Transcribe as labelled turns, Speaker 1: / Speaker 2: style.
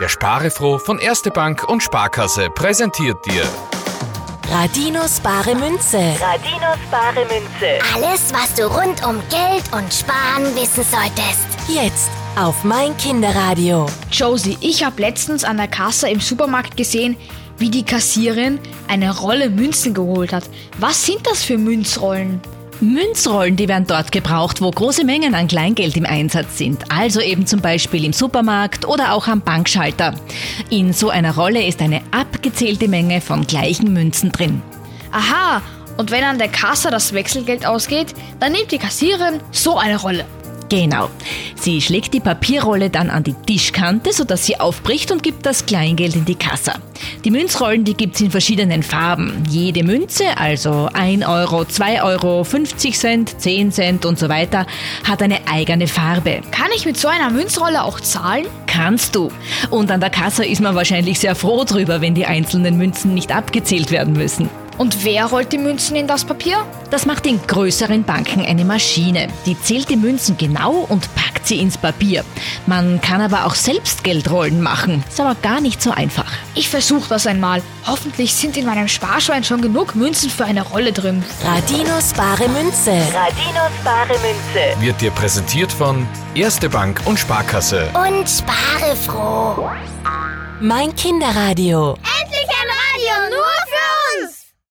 Speaker 1: Der Sparefroh von Erste Bank und Sparkasse präsentiert dir
Speaker 2: Radinos bare Münze.
Speaker 3: Radinos bare Münze.
Speaker 4: Alles, was du rund um Geld und Sparen wissen solltest.
Speaker 2: Jetzt auf mein Kinderradio.
Speaker 5: Josie, ich habe letztens an der Kasse im Supermarkt gesehen, wie die Kassierin eine Rolle Münzen geholt hat. Was sind das für Münzrollen?
Speaker 6: Münzrollen, die werden dort gebraucht, wo große Mengen an Kleingeld im Einsatz sind, also eben zum Beispiel im Supermarkt oder auch am Bankschalter. In so einer Rolle ist eine abgezählte Menge von gleichen Münzen drin.
Speaker 5: Aha, und wenn an der Kasse das Wechselgeld ausgeht, dann nimmt die Kassiererin so eine Rolle.
Speaker 6: Genau. Sie schlägt die Papierrolle dann an die Tischkante, sodass sie aufbricht und gibt das Kleingeld in die Kasse. Die Münzrollen, die gibt's in verschiedenen Farben. Jede Münze, also 1 Euro, 2 Euro, 50 Cent, 10 Cent und so weiter, hat eine eigene Farbe.
Speaker 5: Kann ich mit so einer Münzrolle auch zahlen?
Speaker 6: Kannst du. Und an der Kasse ist man wahrscheinlich sehr froh drüber, wenn die einzelnen Münzen nicht abgezählt werden müssen.
Speaker 5: Und wer rollt die Münzen in das Papier?
Speaker 6: Das macht in größeren Banken eine Maschine. Die zählt die Münzen genau und packt sie ins Papier. Man kann aber auch selbst Geldrollen machen. Ist aber gar nicht so einfach.
Speaker 5: Ich versuche das einmal. Hoffentlich sind in meinem Sparschwein schon genug Münzen für eine Rolle drin.
Speaker 2: Radinos bare Münze.
Speaker 3: Radinos bare Münze.
Speaker 1: wird dir präsentiert von Erste Bank und Sparkasse.
Speaker 4: Und spare froh.
Speaker 2: Mein Kinderradio.
Speaker 4: Endlich!